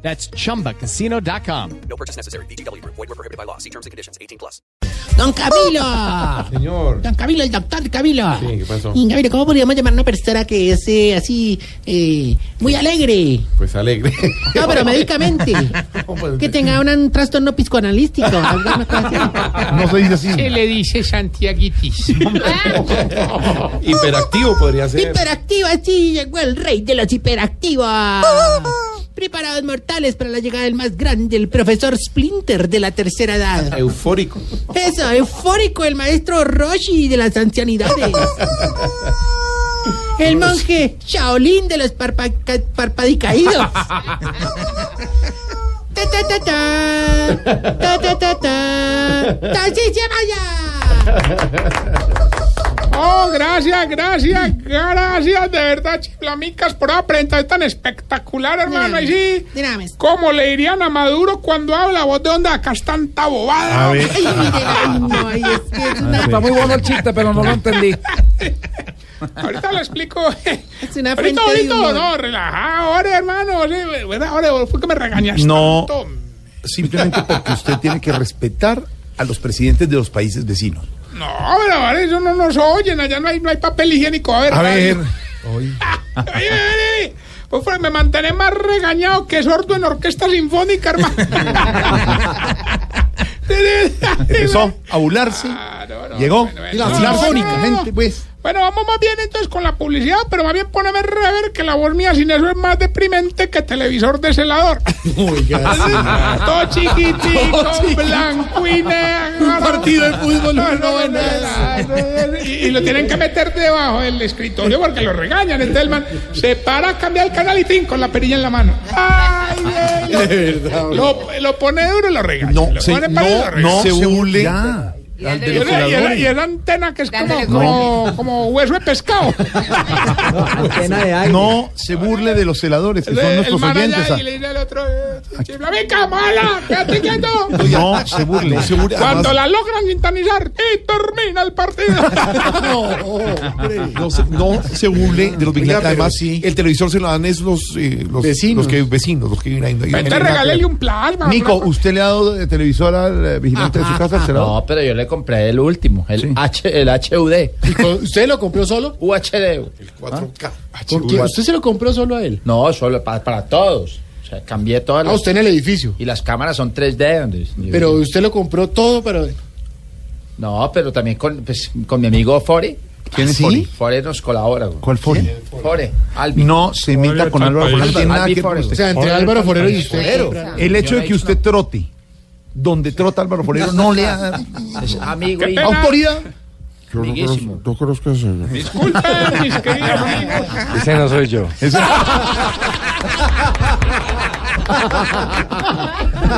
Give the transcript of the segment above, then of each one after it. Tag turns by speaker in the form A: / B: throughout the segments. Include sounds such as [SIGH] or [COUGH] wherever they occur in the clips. A: That's chumbacasino.com.
B: No purchase necessary. BGW. Void were prohibited by law. See terms and conditions. 18 plus.
C: Don Camilo.
D: Señor.
C: Don Camilo, el doctor Camilo.
D: Sí, ¿qué pasó?
C: Y, Camilo, ¿cómo podríamos llamar a una persona que es eh, así, eh, muy alegre?
D: Pues alegre.
C: No, pero
D: [LAUGHS]
C: médicamente. Que tenga un, un trastorno psicoanalístico. alguna cosa así.
D: No se dice así.
E: Se le
C: [LAUGHS]
E: dice Santiaguitis.
D: Hiperactivo podría ser.
C: Ah, Hiperactiva, sí, llegó el rey de los hiperactivos. Preparados mortales para la llegada del más grande, el profesor Splinter de la tercera edad.
D: Eufórico.
C: Eso, eufórico, el maestro Roshi de las ancianidades. El monje Shaolin de los parpa- ca- parpadicaídos. Ta, ta, ta, ta. Ta, ta, ta, ta. Ta, sí, sí, vaya.
E: Oh, gracias, gracias, gracias, de verdad, chiflamicas, por la presentación tan espectacular, hermano. Y sí,
C: Dinames.
E: ¿cómo le dirían a Maduro cuando habla vos de onda acá es tanta bobada?
C: Ay, mire, ay, no, ay, es que es una,
F: Está muy bueno el chiste, pero no lo entendí.
E: Ahorita lo explico.
C: es una fuente
E: Ahorita,
C: de
E: ahorita,
C: humor.
E: no, relajado, ahora, hermano. sí, ¿verdad? Ahora fue que me regañaste.
G: No.
E: tanto.
G: simplemente porque usted tiene que respetar a los presidentes de los países vecinos.
E: No, pero ahora eso no nos oyen, allá no hay, no hay papel higiénico. A ver,
G: A ver,
E: radio. Ay, ay, ay, ay. Pues, Fran, me mantener más regañado que sordo en orquesta sinfónica,
G: [LAUGHS]
E: hermano.
G: empezó a bularse,
E: Ah, no, no,
G: llegó
E: bueno, bueno.
G: a
E: No,
G: hablar
E: no, no, no.
G: únicamente, pues.
E: Bueno, vamos más bien entonces con la publicidad, pero más bien poneme rever que la voz mía sin eso es más deprimente que televisor de
G: [LAUGHS]
E: celador. Todo chiquitico, blanco y negro. Un
G: partido de fútbol, una
E: buena. Y, y lo tienen que meter debajo del escritorio porque lo regañan. Entonces el man se para, cambia el canal y tin con la perilla en la mano. Ay, ay, lo- lo, lo pone duro y lo regaña.
G: No,
E: Lo
G: se,
E: pone para y lo
G: no,
E: regaña.
G: no se
E: Y
G: hule.
E: era- y era- y era antena que es como, como, como hueso de
G: [LAUGHS]
E: pescado.
G: No se burle de los celadores, que son
E: El-
G: nuestros
E: el man allá
G: oyentes. ah.
E: Y le dice al otro, eh, chiflamica, mala, quédate quieto.
G: [LAUGHS]
E: [LAUGHS]
G: No se burle. No se burle.
E: Cuando la logran sintonizar y termina el
G: [LAUGHS]
E: partido.
G: No se, no se burle de los vigilantes.
D: pero
G: Además,
D: sí.
G: el televisor se lo dan es los, eh, los
D: Vecinos.
G: Los que, vecinos, los que viven ahí.
E: Entonces regálele un plasma.
G: Nico,
E: una cosa.
G: ¿usted le ha dado eh, televisor al eh, vigilante de su casa? al celador?
H: No, pero yo le compré el último, el, H, el HUD.
F: ¿Usted lo compró
H: [LAUGHS]
F: solo? Ah,
H: UHD.
D: 4K.
F: ¿Usted se lo compró solo a él?
H: No, solo pa- para todos. O sea, cambié todas
F: A
H: las.
F: usted en el edificio.
H: Y las cámaras son 3D. Andrés.
F: Pero usted lo compró todo, pero...
H: No, pero también con, pues, con mi amigo Fore.
G: ¿Quién es
H: ¿Sí?
G: Fore?
H: Fore nos colabora. güey.
G: ¿Cuál fue?
H: Fore, Albi.
G: No se meta con Álvaro Forero. No tiene nada que ver con
H: Albi
G: usted.
F: O sea, entre Álvaro Forero y usted. compraron.
G: El hecho de que usted trote donde trota Álvaro Forero no le [LAUGHS] ha
H: Es amigo
E: Qué
H: y
E: pena.
G: autoridad.
H: amiguísimo.
E: Disculpen, mis queridos amigos.
F: Ese no soy yo.
G: [LAUGHS]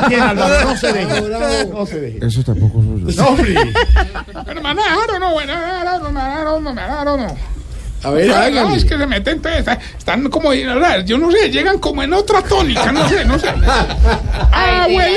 G: Bien, Álvaro, no se deje. No se deje. Eso tampoco soy yo. No, hombre.
E: Pero me agarraron, no, bueno, me agarraron, me agarraron, me agarraron, no.
F: A ver,
E: No, es
F: hágale.
E: que se meten, entonces, está- están como, yo no sé, llegan como en otra tónica, no sé, no sé. ¡Abuelito!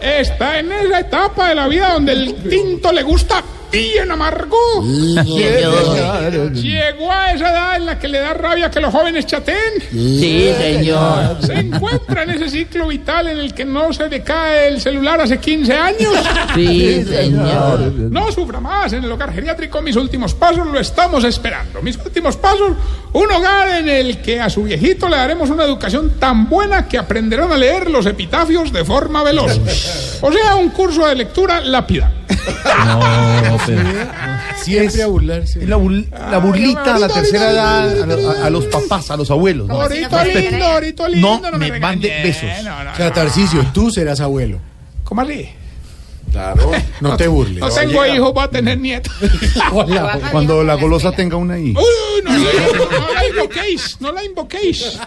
E: Está en esa etapa de la vida donde el tinto le gusta bien amargo. Llegó a esa edad en la que le da rabia que los jóvenes chateen.
H: Sí, señor.
E: Se encuentra en ese ciclo vital en el que no se decae el celular hace 15 años.
H: Sí, señor.
E: No sufra más en el hogar geriátrico. Mis últimos pasos lo estamos esperando. Mis últimos pasos, un hogar en el que a su viejito le daremos una educación tan buena que aprenderán a leer los epitafios de forma veloz. O sea, un curso de lectura lápida.
F: Siempre a burlarse.
G: La, bul- la burlita a la tercera edad, a, la- a- a los papás, a los abuelos. ¿no?
E: Orito lindo, orito lindo.
G: No me mande
E: regañe.
G: besos.
E: No, no, no.
F: Catarcicio, tú serás abuelo.
E: ¿Cómo así?
F: Claro. No te burles.
E: No tengo hijos, voy a
G: Mm.
E: tener nietos.
G: Hola, Cuando la golosa tenga una
E: [LAUGHS]
G: hija.
E: Uy, no, la invo- no la invoquéis, no la invoquéis.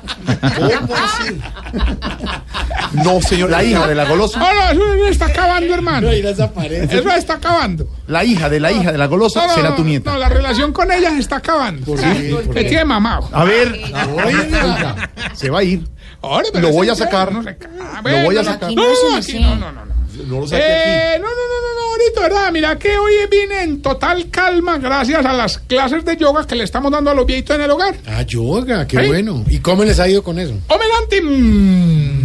G: No, señor. La hija de la golosa.
E: No, no, eso está acabando, hermano.
F: ir a esa pared.
E: Eso está acabando.
G: La hija de la hija de la golosa
E: No, no,
G: será tu
E: no,
G: nieta.
E: No, la relación con ella se está acabando.
F: qué? ¿Por
E: Me tiene mamado.
G: A ver. Oiga, Se va a ir.
E: Ahora, pero
G: Lo
E: ese
G: voy a
E: hombre
G: sacar.
E: no se ca-
G: Lo
E: Ah, Bueno,
G: voy a
E: no,
G: sacar.
E: No, no, aquí
D: sí.
E: no, no, no. no.
G: No lo
E: Eh, no, no, no, no, no, ahorita, ¿verdad? Mira que hoy vine en total calma gracias a las clases de yoga que le estamos dando a los viejitos en el hogar.
F: Ah, yoga, qué
E: ¿Sí?
F: bueno. ¿Y cómo les ha ido con eso?
E: ¡Omelante! Mm,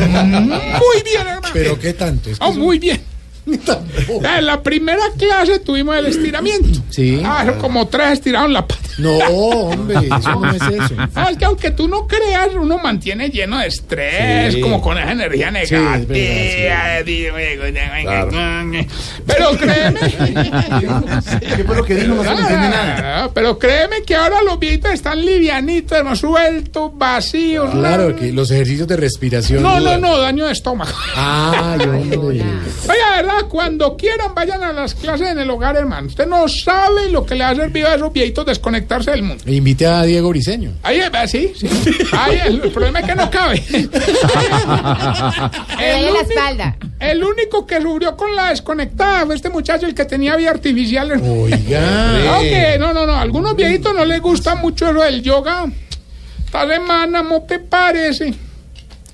E: Muy bien, hermano.
F: Pero qué tanto. Es que [LAUGHS]
E: Oh,
F: eso-
E: muy bien.
G: Oh.
F: Tampoco.
E: En la primera clase tuvimos el estiramiento.
F: Sí.
E: Ah, eso como tres estiraron la pata.
F: No, hombre, eso no es eso.
E: Ah, es que aunque tú no creas, uno mantiene lleno de estrés,
F: Sí.
E: como con esa energía
F: Sí, es
E: negativa.
F: verdad,
E: Pero créeme.
F: [LAUGHS]
G: ¿Qué fue lo que dijo? No se le entiende nada.
E: Ah, pero créeme que ahora los viejitos están livianitos, hermano, sueltos, vacíos.
F: Claro, que los ejercicios de respiración.
E: No, no,
F: ayudan.
E: no, daño de estómago. [LAUGHS]
F: Ay, hombre.
E: Oiga, de verdad, cuando quieran vayan a las clases en el hogar, hermano. Usted no sabe lo que le ha servido a esos viejitos desconectarse del mundo.
F: E Invite a Diego Briseño.
E: Ahí es, ah, sí, sí. Ahí, el, el problema es que
D: [LAUGHS]
E: no cabe.
D: Le
E: El
D: duele la
E: único-
D: espalda.
E: El único que sufrió con la desconectada fue este muchacho, el que tenía vida artificial. hermano.
F: Oiga.
E: Ah, ok, no, no, no. A algunos viejitos no les gusta mucho eso del yoga. Esta semana, ¿mo te parece?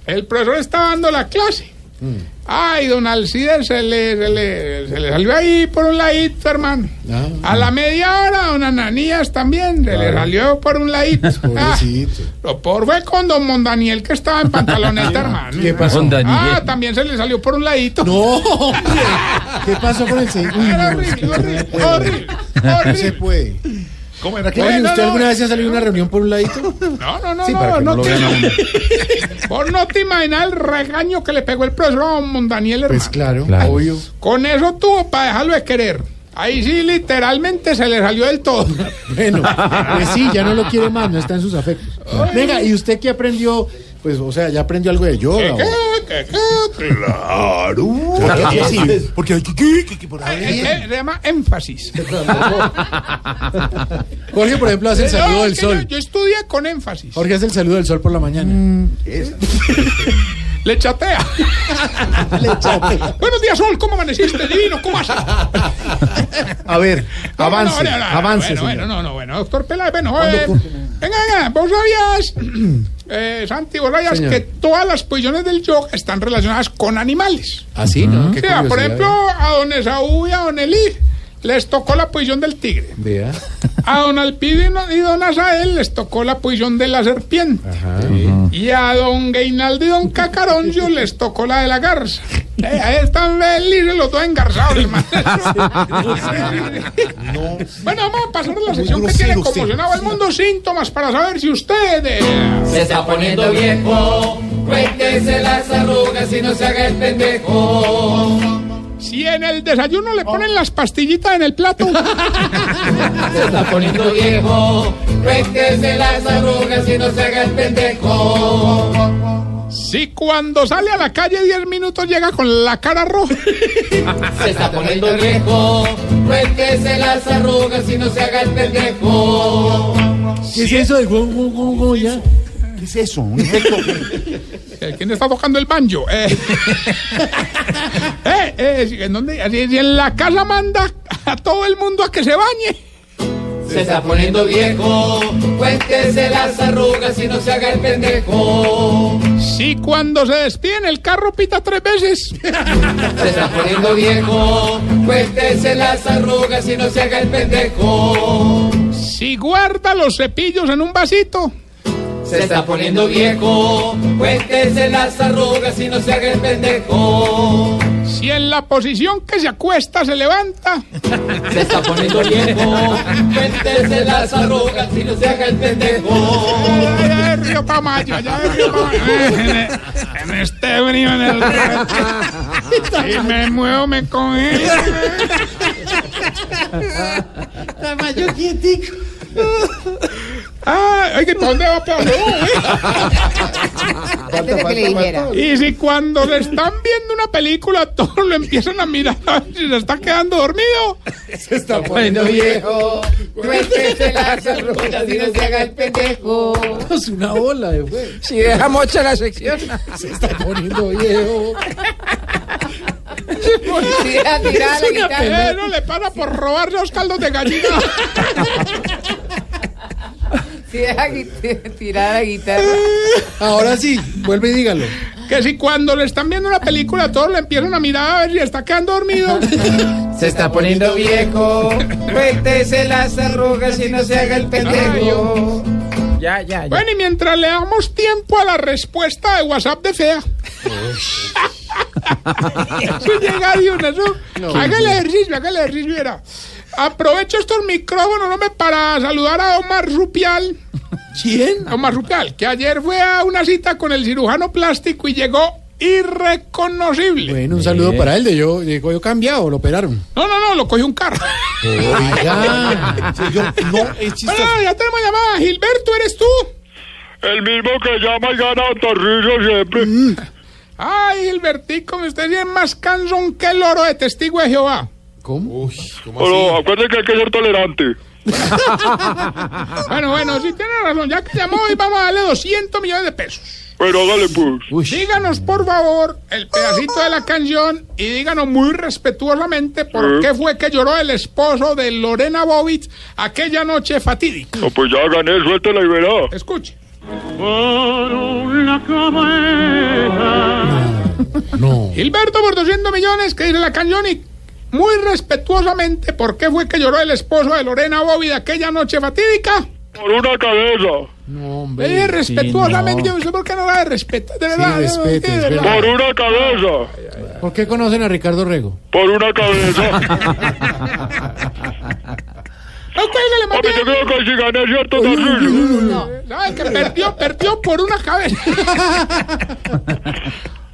E: El profesor está dando la clase.
F: Mm.
E: Ay, don Alcides se le, se, le, se le salió ahí por un ladito, hermano.
F: Ah.
E: A la media hora, don Ananías también se le salió por un ladito. Ah,
F: [LAUGHS] Pobrecito.
E: lo peor fue con don Mondaniel que estaba en pantaloneta,
F: [LAUGHS]
E: hermano.
F: ¿Qué pasó?
E: Ah, también se le salió por un ladito.
F: No, hombre. ¿Qué pasó con el señor? Uy,
E: Era
F: no, es que
E: horrible,
F: no se
E: horrible,
F: puede.
E: horrible,
F: No se
E: horrible.
F: puede.
G: ¿Cómo era que?
F: Oye,
E: no,
F: ¿usted
E: no.
F: alguna vez se ha salido de una reunión por un ladito?
E: No, no, no,
G: Sí,
E: no,
G: para que no
E: no,
G: lo
E: te,
G: vean a uno.
E: [LAUGHS] vos no te imaginas el regaño que le pegó el profesor a don Mondaniel, hermano.
F: Pues claro,
G: Claro.
F: obvio.
E: Con eso tuvo para dejarlo de querer. Ahí sí, literalmente se le salió del todo.
F: Bueno, pues sí, ya no lo quiere más, no está en sus afectos. Venga, ¿y usted qué aprendió? Pues, o sea, ya aprendió algo de yoga. o-
G: Claro. Porque hay que- que- que- que por
E: Eh,
G: ahí.
E: eh, Se llama énfasis.
F: Jorge, por ejemplo, hace el
E: Eh, No,
F: saludo del
E: es que yo,
F: sol.
E: yo estudié con énfasis.
F: Jorge hace el saludo del sol por la
I: Mm.
F: mañana.
E: Le chatea.
F: Le chatea.
E: Buenos días, Sol. ¿Cómo amaneciste? Divino, ¿cómo haces?
G: A ver,
E: No, no,
G: avance,
E: no, no, no,
G: avance.
E: Bueno, bueno,
G: señor.
E: no, no, bueno, doctor Peláez, bueno, eh, venga, venga, vos sabías, eh, Santi, vos sabías
F: Señor.
E: que todas las posiciones del yoga están relacionadas con animales.
F: Así,
I: Mm.
F: ¿no?
E: O
F: Qué
E: sea, por
F: curiosidad,
E: ejemplo, a don Esaú y a don Elí les tocó la posición del tigre.
F: Vea.
E: A don Alpide y no- y don Azael les tocó la posición de la serpiente. Y a don Gainaldi y don Cacaroncio les tocó la de la
G: [LAUGHS]
E: garza. Eh, ahí están felices los dos engarzados, hermano.
G: [LAUGHS]
E: bueno, vamos a pasar a la sección que
G: grosero
E: tiene
G: usted.
E: conmocionado el mundo. Síntomas para saber si ustedes...
I: Se está poniendo viejo, cuéntese las arrugas y no se haga el pendejo.
E: Si en el desayuno
G: Oh.
E: le ponen las pastillitas en el
G: [LAUGHS]
E: plato...
I: Se está poniendo viejo, cuéntese las arrugas y no se haga el pendejo.
E: Si cuando sale a la calle 10 minutos llega con la cara roja.
I: Se está poniendo viejo, cuéntese las arrugas y no se haga el pendejo.
F: ¿Qué es eso del gu- gu- gu- gu- ya?
G: ¿Qué es eso?
E: [LAUGHS]
G: Un efecto.
E: Eh, ¿Quién está tocando el banjo? Eh, [LAUGHS] eh, eh, si- ¿en dónde? Así- si en la casa manda a todo el mundo a que se bañe.
I: Se está poniendo viejo, cuéntese las arrugas y no se haga el pendejo.
E: Si cuando se despide en el carro pita tres veces.
I: Se está poniendo viejo, cuéntese las arrugas y no se haga el pendejo.
E: Si guarda los cepillos en un vasito.
I: Se está poniendo viejo, cuéntese las arrugas y no se haga el pendejo.
E: Si en la posición que se acuesta se levanta.
I: Se está poniendo viejo, cuéntese las arrugas y no se haga el pendejo.
E: Allá allá de Río Tamayo, allá de Río Tamayo. Eh, En, en este brío, en el río. Si me muevo, me congelan.
C: Tamayo quietico.
E: Ah, oye, ¿para dónde va Pablo?
D: Antes de que le dijera.
E: Y si cuando le están viendo una película, [LAUGHS] todos lo empiezan a mirar a ver si se está quedando dormido.
I: Se está poniendo viejo. Cuéntese las arrugas y no se haga el pendejo.
F: Es una ola de güey.
I: Si deja mocha la sección.
F: Se está poniendo viejo.
D: Si deja tirada la guitarra.
E: Eh, no le para por robar los caldos de gallina.
D: Si deja gui- [LAUGHS] tirada la guitarra.
F: Ahora sí, vuelve y dígalo.
E: Que si cuando le están viendo una película, todos le empiezan a mirar a ver si está quedando dormido.
H: Se está poniendo viejo.
I: Cuéntese las arrugas y no se haga el pendejo.
H: Ya, ya, ya.
E: Bueno, y mientras le damos tiempo a la respuesta de WhatsApp de Fea.
G: [LAUGHS]
E: [LAUGHS] Eso llega de una, eso. Haga el ejercicio, haga el ejercicio, verá. Aprovecho estos micrófonos, hombre, para saludar a Omar Rupial. ¿Quién? Omar Rupial, que ayer fue a una cita con el cirujano plástico y llegó irreconocible.
F: Bueno, un saludo para él. De yo, llegó yo cambiado, lo operaron.
E: No, no, no, lo cogió un carro.
F: Oiga.
G: Yo, no, es chistoso.
E: Bueno, ya tenemos llamada. Gilberto, ¿eres tú?
J: El mismo que llama y gana Torrillo siempre.
E: Ay, Gilbertico, me usted sí es más cansón que el oro de testigo de Jehová.
F: ¿Cómo?
J: Pero acuérdense que hay que ser tolerante.
E: Bueno, bueno, sí tiene razón. Ya que llamó hoy vamos a darle 200 millones de pesos.
J: Pero hágale pues.
E: Díganos, por favor, el pedacito de la canción y díganos muy respetuosamente por
J: Sí.
E: qué fue que lloró el esposo de Lorena Bobbitt aquella noche fatídica.
J: No, pues ya gané, suéltela y verá.
E: Escuche.
F: No.
E: Gilberto, por 200 millones, que dice la canción y muy respetuosamente por qué fue que lloró el esposo de Lorena Bobbitt aquella noche fatídica.
J: Por una cabeza.
F: No,
E: Oye,
F: hombre.
E: respetuosamente, yo no sé por qué no la respeto, de verdad.
F: respete,
E: de
F: es
E: verdad.
F: verdad.
J: Por una cabeza.
F: ¿Por qué conocen a Ricardo Rego?
J: Por una cabeza.
E: No, cuélgale, más
J: Hombre,
E: bien.
J: yo creo que si gané, ¿cierto, Torrillo?
D: No.
E: Ay, que perdió, perdió por una cabeza.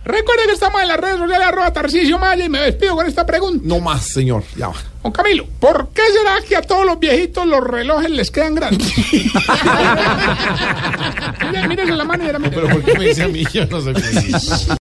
E: Recuerden que estamos en las redes sociales, arroba Tarcisio Maya, y me despido con esta pregunta.
G: No más, señor. Ya va.
E: Don Camilo, ¿por qué será que a todos los viejitos los relojes les quedan grandes? [LAUGHS] Mira, mírese la mano y verá, mírese.
G: Pero ¿por qué me dice a mí? Yo no sé.